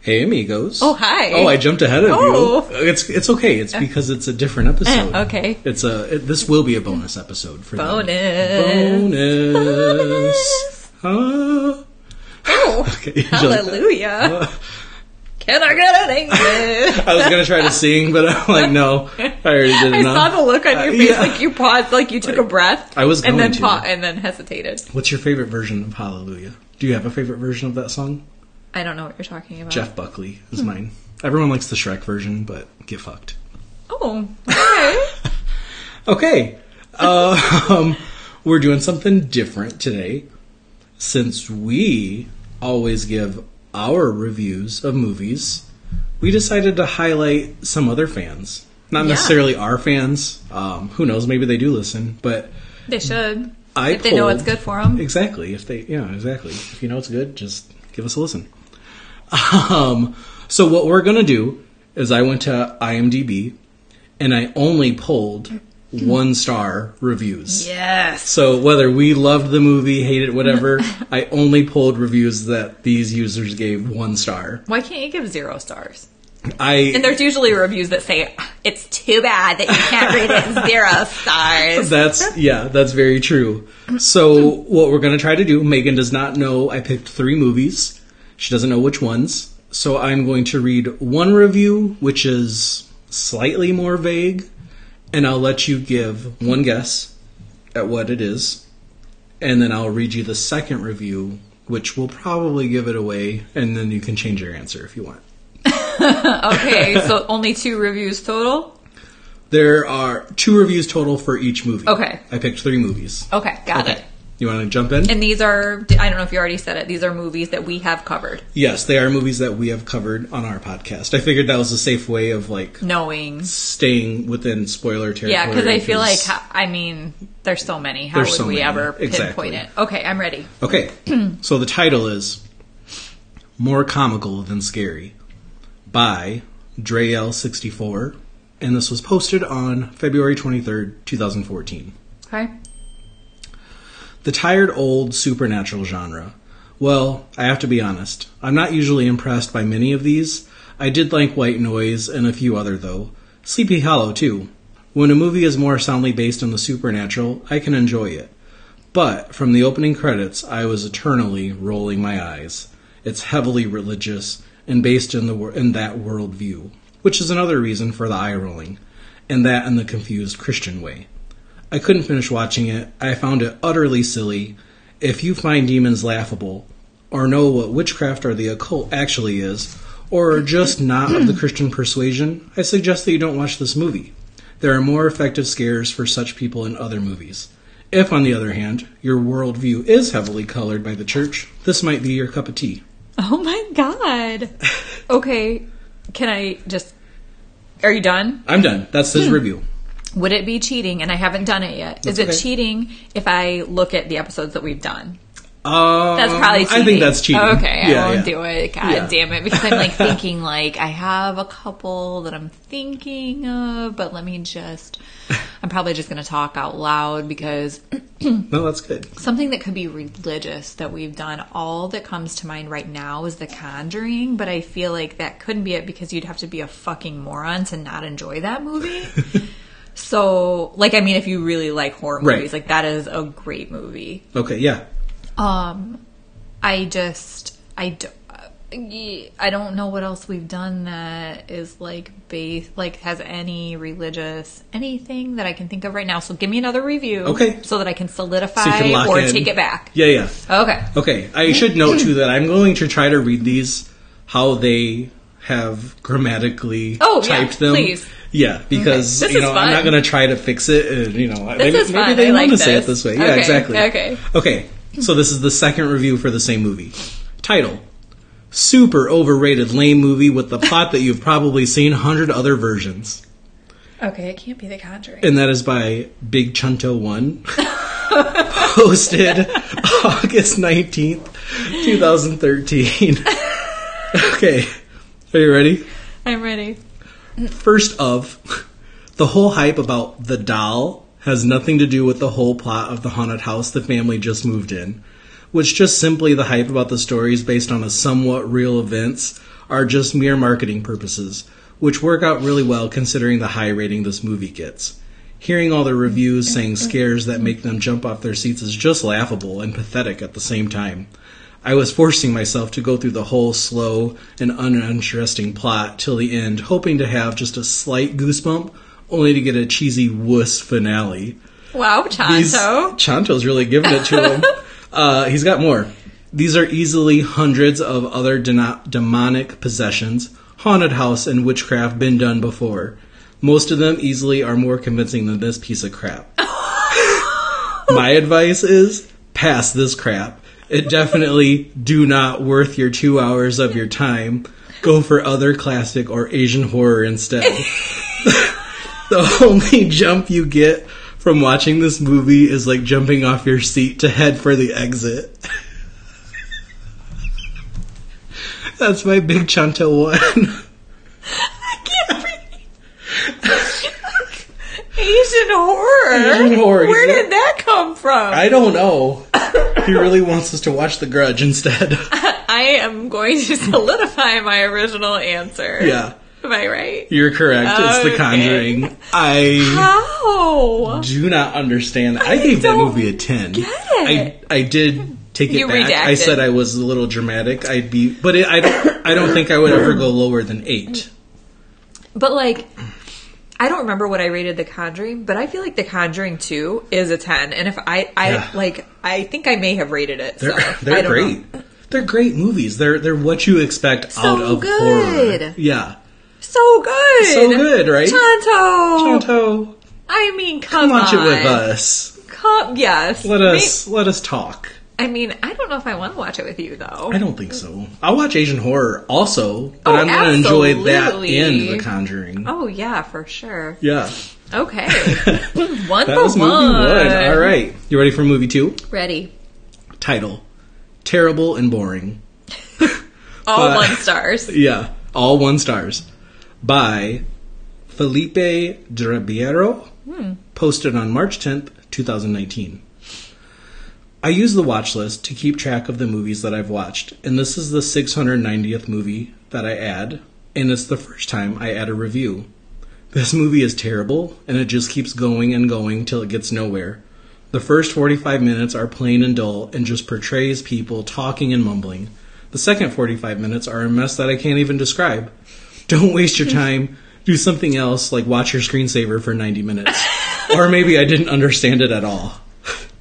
Hey, amigos. Oh, hi. Oh, I jumped ahead of Oh. you. Uh, It's it's okay. It's because it's a different episode. Eh, okay. It's a it, this will be a bonus episode for them. Bonus. Bonus. Ah. Oh, Okay, you're just- hallelujah. Can I get an amen? I was gonna try to sing, but I'm like, no, I already did I enough. saw the look on your face, yeah. like you paused, like you took a breath. I was and going then to. pa- and then hesitated. What's your favorite version of Hallelujah? Do you have a favorite version of that song? I don't know what you're talking about. Jeff Buckley is Hmm. mine. Everyone likes the Shrek version, but get fucked. Oh, okay. Okay, uh, um, we're doing something different today, since we always give our reviews of movies. We decided to highlight some other fans, not Yeah. necessarily our fans. Um, who knows? Maybe they do listen, but they should. I if they know pulled- what's good for them. Exactly. If they, yeah, exactly. If you know it's good, just give us a listen. Um, so what we're gonna do is I went to IMDb and I only pulled one star reviews. Yes. So whether we loved the movie, hated it, whatever, I only pulled reviews that these users gave one star. Why can't you give zero stars? And I there's usually reviews that say it's too bad that you can't rate it zero stars. that's yeah, that's very true. So what we're gonna try to do, Megan does not know I picked three movies. She doesn't know which ones. So I'm going to read one review, which is slightly more vague, and I'll let you give one guess at what it is, and then I'll read you the second review, which will probably give it away, and then you can change your answer if you want. okay, so only two reviews total. There are two reviews total for each movie. Okay. I picked three movies. Okay, got it. You want to jump in? And these are, I don't know if you already said it, these are movies that we have covered. Yes, they are movies that we have covered on our podcast. I figured that was a safe way of like Knowing. staying within spoiler territory. Yeah, because I feel like, because- ho- I mean, there's so many. How There's would so we many. ever Exactly. pinpoint it? Okay, I'm ready. Okay, so the title is More Comical Than Scary by Drayel64, and this was posted on February 23rd, 2014. Okay. The tired old supernatural genre. Well, I have to be honest. I'm not usually impressed by many of these. I did like White Noise and a few other, though. Sleepy Hollow, too. When a movie is more soundly based on the supernatural, I can enjoy it. But from the opening credits, I was eternally rolling my eyes. It's heavily religious and based in the wor- in that worldview, which is another reason for the eye rolling, and that in the confused Christian way. I couldn't finish watching it. I found it utterly silly. If you find demons laughable, or know what witchcraft or the occult actually is, or are just not of the Christian persuasion, I suggest that you don't watch this movie. There are more effective scares for such people in other movies. If, on the other hand, your worldview is heavily colored by the church, this might be your cup of tea. Oh my God. Okay, can I just, are you done? I'm done. That's Hmm. his review. Would it be cheating? And I haven't done it yet. Is it okay. cheating if I look at the episodes that we've done? Um, That's probably cheating. I think that's cheating. Okay, Yeah, I won't yeah. do it. God Yeah. damn it. Because I'm like thinking, like, I have a couple that I'm thinking of, but let me just, I'm probably just going to talk out loud because No, that's good. something that could be religious that we've done, all that comes to mind right now is The Conjuring, but I feel like that couldn't be it because you'd have to be a fucking moron to not enjoy that movie. so, like, I mean, if you really like horror Right. movies, like, that is a great movie. Um, Okay, yeah. I just I don't I don't know what else we've done that is like base like has any religious anything that I can think of right now. So give me another review, Okay. so that I can solidify So you can lock or in. take it back. Yeah, yeah. Okay, Okay, I should note too that I'm going to try to read these how they have grammatically Oh, yeah, typed them. please. Yeah, because Okay. This you is know fun. I'm not going to try to fix it, and you know maybe, is maybe fun. they I want like to say it this. this way. Yeah, Okay, exactly. okay. okay. So this is the second review for the same movie. Title: Super overrated lame movie with the plot that you've probably seen hundred other versions, okay, it can't be the Conjuring. and that is by Big Chunto One. posted August 19th, 2013. okay. Are you ready? I'm ready. First of, the whole hype about the doll has nothing to do with the whole plot of the haunted house the family just moved in, which just simply the hype about the story is based on a somewhat real events are just mere marketing purposes, which work out really well considering the high rating this movie gets. Hearing all the reviews saying scares that make them jump off their seats is just laughable and pathetic at the same time. I was forcing myself to go through the whole slow and uninteresting plot till the end, hoping to have just a slight goosebump, only to get a cheesy wuss finale. Wow, These- Tonto. Chanto's really giving it to him. uh, he's got more. These are easily hundreds of other deno- demonic possessions, haunted house, and witchcraft been done before. Most of them easily are more convincing than this piece of crap. My advice is pass this crap. It definitely do not worth your two hours of your time. Go for other classic or Asian horror instead the only jump you get from watching this movie is like jumping off your seat to head for the exit. That's my big Chanto one. Asian horror. Asian horror, Where yeah. did that come from? I don't know. He really wants us to watch The Grudge instead. I am going to solidify my original answer. yeah, Am I right? you're correct. It's The Okay. Conjuring. I How? do not understand. I, gave that don't movie a 10. it. I, I did take it You back. I redacted. said I was a little dramatic. I'd be, but it, I don't. I don't think I would ever go lower than eight. But like, I don't remember what I rated The Conjuring, but I feel like The Conjuring Two is a ten. And if I, I Yeah. like, I think I may have rated it. They're, so they're I don't know. great. They're great movies. They're they're what you expect So out of good. horror. Yeah. So good. So good, right? Tonto. Tonto, I mean, come watch on. it with us. Come, yes. Let us let us talk. Ma- I mean, I don't know if I want to watch it with you though. I don't think so. I'll watch Asian horror also, but Oh, I'm gonna enjoy that absolutely. and The Conjuring. Oh yeah, for sure. Yeah. Okay. that one for was movie one. one. All right. You ready for movie two? Ready. Title: Terrible and boring. All But- one stars. Yeah, all one stars. By Felipe Drabiero, posted on March 10th, 2019. I use the watch list to keep track of the movies that I've watched, and this is the 690th movie that I add, and it's the first time I add a review. This movie is terrible, and it just keeps going and going till it gets nowhere. The first 45 minutes are plain and dull and just portrays people talking and mumbling. The second 45 minutes are a mess that I can't even describe. Don't waste your time. Do something else, like watch your screensaver for 90 minutes. or maybe I didn't understand it at all.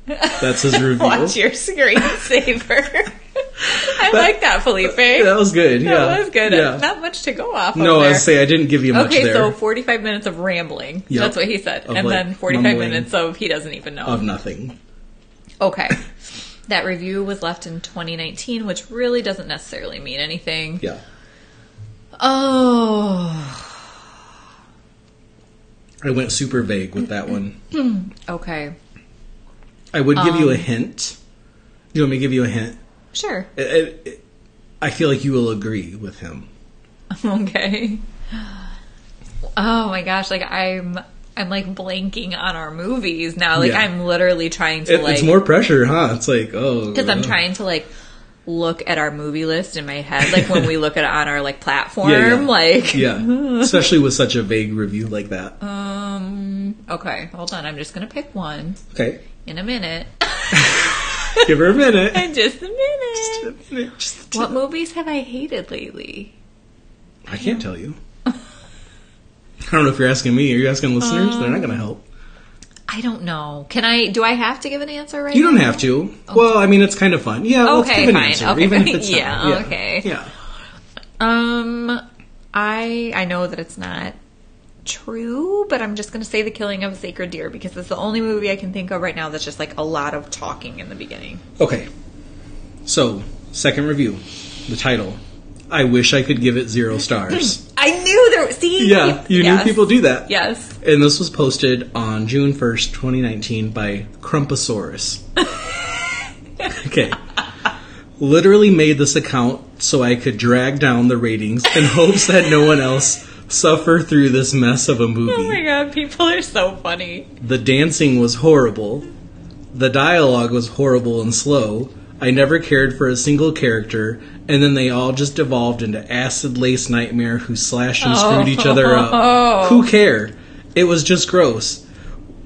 That's his review. Watch your screensaver. I like that, Felipe. That was good. Yeah. That was good. Yeah. Not much to go off. no, of I there. was say I didn't give you much Okay, there so 45 minutes of rambling. Yep. That's what he said. Of, and like, then 45 mumbling. Um, minutes of he doesn't even know. of nothing. okay. That review was left in 2019, which really doesn't necessarily mean anything. Yeah. Oh. I went super vague with that one. Okay. I would give Um, you a hint. You want me to give you a hint? Sure. It- it- it- I feel like you will agree with him. Okay. Oh my gosh, like I'm I'm like blanking on our movies now. Like Yeah. I'm literally trying to It- like it's more pressure, huh? It's like, oh. because I'm trying to like look at our movie list in my head, like when we look at it on our like platform, like Yeah. Especially with such a vague review like that. um okay, hold on, I'm just gonna pick one Okay. in a minute. Give her a minute. in just a minute. Just- What movies have I hated lately? I can't tell you. I don't know if you're asking me. Are you asking listeners? They're not going to help. I don't know. Can I? Do I have to give an answer right You now? don't have to. Well, I mean, it's kind of fun. Yeah, let's Oh. Okay, give an fine. answer, Okay. even if it's not. Yeah, okay. Yeah. Um, I I know that it's not true, but I'm just gonna say the killing of a sacred deer because it's the only movie I can think of right now that's just like a lot of talking in the beginning. Okay. So, second review. The title. I wish I could give it zero stars. I knew there. See, yeah, you Yes. knew people do that. Yes. And this was posted on June 1st, 2019 by Crumpasaurus. okay. Literally made this account so I could drag down the ratings in hopes that no one else suffer through this mess of a movie. Oh my god, people are so funny. The dancing was horrible. The dialogue was horrible and slow. I never cared for a single character, and then they all just devolved into acid lace nightmare who slashed and screwed each other Oh. up. Who cared? It was just gross.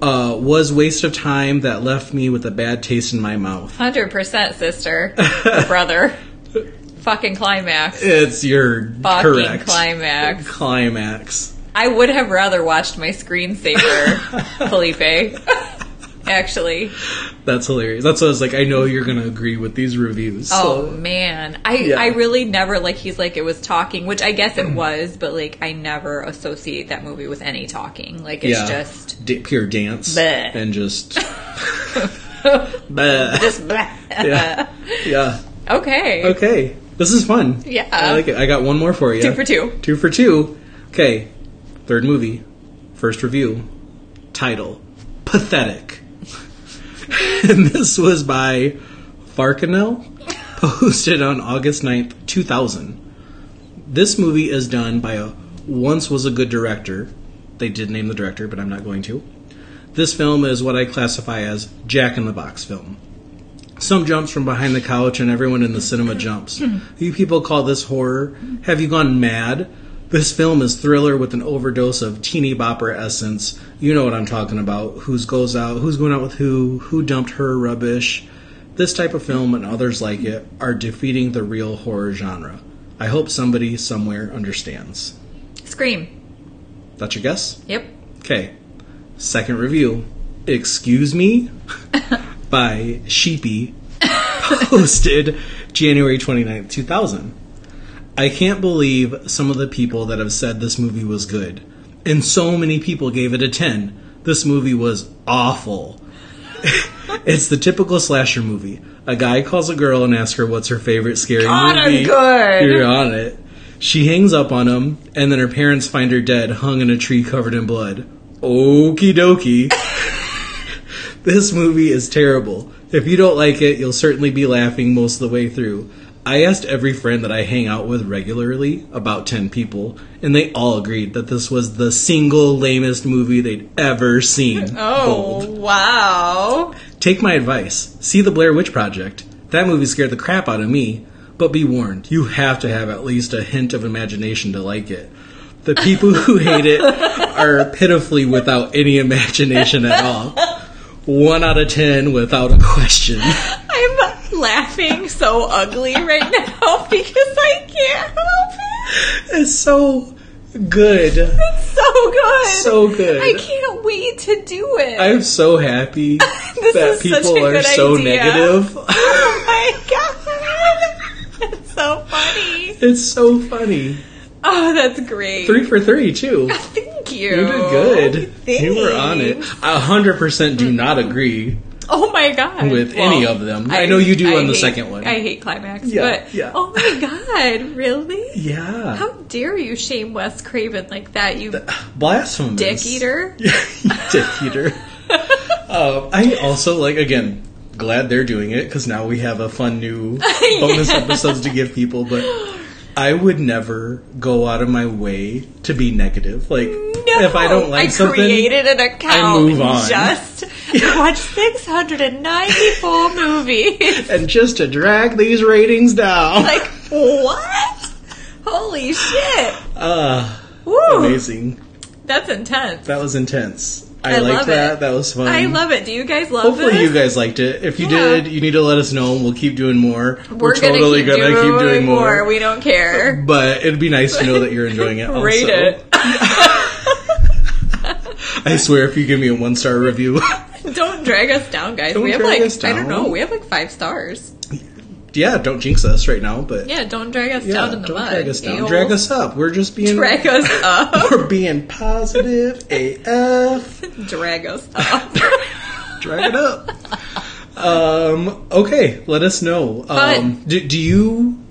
Uh, was waste of time that left me with a bad taste in my mouth. 100% sister, brother. Fucking climax. It's your Fucking correct climax. climax. I would have rather watched my screensaver, Felipe. Actually, That's hilarious. That's what I was like. I know you're gonna agree with these reviews. oh so- man, I Yeah. I really never like he's like it was talking, which I guess it was, but like I never associate that movie with any talking. Like it's yeah, just Da- pure dance Bleh. and just. Bleh. just blah. yeah. yeah. okay. Okay. This is fun. Yeah. I like it. I got one more for you. Two for two. Two for two. Okay. Third movie. First review. Title. Pathetic. and this was by Farcanel, posted on August 9th, 2000. This movie is done by a once was a good director. They did name the director, but I'm not going to. This film is what I classify as Jack in the Box film. Some jumps from behind the couch and everyone in the cinema jumps. You people call this horror? Have you gone mad? This film is thriller with an overdose of teeny bopper essence. You know what I'm talking about. Who's goes out, who's going out with who, who dumped her rubbish. This type of film and others like it are defeating the real horror genre. I hope somebody somewhere understands. Scream. That's your guess? Yep. Okay. Second review. Excuse me by Sheepy posted January 29th, 2000. I can't believe some of the people that have said this movie was good. And so many people gave it a 10. This movie was awful. it's the typical slasher movie. A guy calls a girl and asks her what's her favorite scary God, I'm movie. good. You're on it. She hangs up on him, and then her parents find her dead, hung in a tree covered in blood. Okie dokie. This movie is terrible. If you don't like it, you'll certainly be laughing most of the way through. I asked every friend that I hang out with regularly, about 10 people, and they all agreed that this was the single lamest movie they'd ever seen. Oh Bold. wow. Take my advice. See The Blair Witch Project. That movie scared the crap out of me, but be warned, you have to have at least a hint of imagination to like it. The people who hate it are pitifully without any imagination at all. One out of ten without a question. I'm laughing so ugly right now because I can't help it. It's so good. So good. So good. I can't wait to do it. I'm so happy This that is such people a are good so idea. negative. oh my god. That's so funny. It's so funny. Oh, that's great. Three for three, too. Thank you. You did good. Thanks. You were on it. I hundred percent do not agree. Oh my god. With any of them. I know you do on the hate- second one. I hate climax, Yeah, but yeah. oh my god, really? Yeah, How dare you shame Wes Craven like that, you blasphemous dick eater? You dick eater. um, I also like again. Glad they're doing it because now we have a fun new bonus episodes to give people. But I would never go out of my way to be negative. Like No, if I don't like I something, created an account. I move on. Just I watched 694 movies. and just to drag these ratings down. Like what? Holy shit! Ah, Woo! amazing. That's intense. That was intense. I, I liked love that. it. That was fun. I love it. Do you guys love Um, Hopefully this? you guys liked it. If you Yeah. did, you need to let us know and we'll keep doing more. We're, We're, gonna totally keep gonna doing keep doing more. more. We don't care. but it'd be nice to know that you're enjoying it also. Rate it. I swear if you give me a one star review. Don't drag us down, guys. Don't we have drag like us I down. don't know. We have like five stars. yeah, don't jinx us right now, but Yeah, don't drag us yeah, down in the don't mud. drag us down. Ew. Drag us up. We're just being Drag us up. we're being positive AF. drag us up. Drag it up. Um okay, let us know. Um do, do you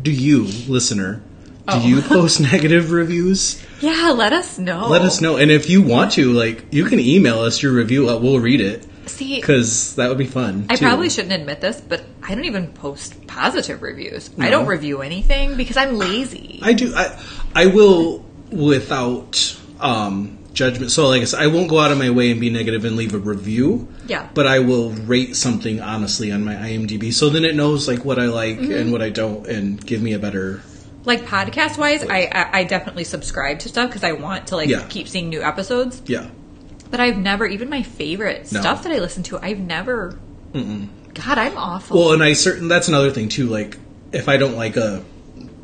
do you, listener, do Oh. you post negative reviews? yeah, let us know. let us know and if you want to like you can email us your review uh, we'll read it See, because that would be fun I too. probably shouldn't admit this, but I don't even post positive reviews. I don't review anything because I'm lazy. i do i i will without um judgment. So, like I said, I won't go out of my way and be negative and leave a review. Yeah. But I will rate something honestly on my IMDb, so then it knows like what I like and what I don't, and give me a better. like podcast wise, I, I I definitely subscribe to stuff because I want to like Yeah. keep seeing new episodes. Yeah. But I've never even my favorite No. stuff that I listen to. I've never. God, I'm awful. Well, and I certain that's another thing too. Like, if I don't like a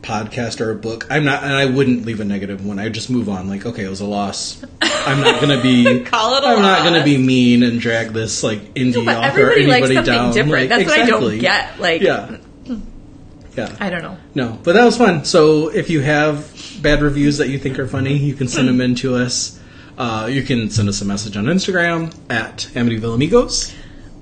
podcast or a book, I'm not, and I wouldn't leave a negative one. I would just move on. Like, okay, it was a loss. I'm not gonna be. Call it a I'm not gonna loss. be mean and drag this like indie but author or everybody likes anybody something down. different. Like, That's what I don't exactly. get, like- yeah, yeah. I don't know. No, but that was fun. So if you have bad reviews that you think are funny, you can send them in to us. Uh, you can send us a message on Instagram at Amityville Amigos.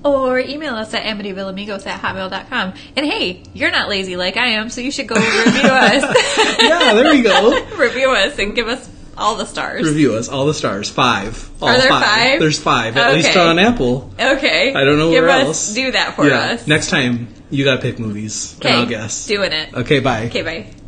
Or email us at amityvilleamigos at hotmail.com. And hey, you're not lazy like I am, so you should go review us. Yeah, there we go. review us and give us all the stars. Review us, all the stars, five. All Are there five? There's five, at least Okay. on Apple. okay. I don't know Give where us- else. Do that for yeah. us. Next time, you gotta pick movies, and I'll Okay, guess. Doing it. Okay, bye. Okay, bye.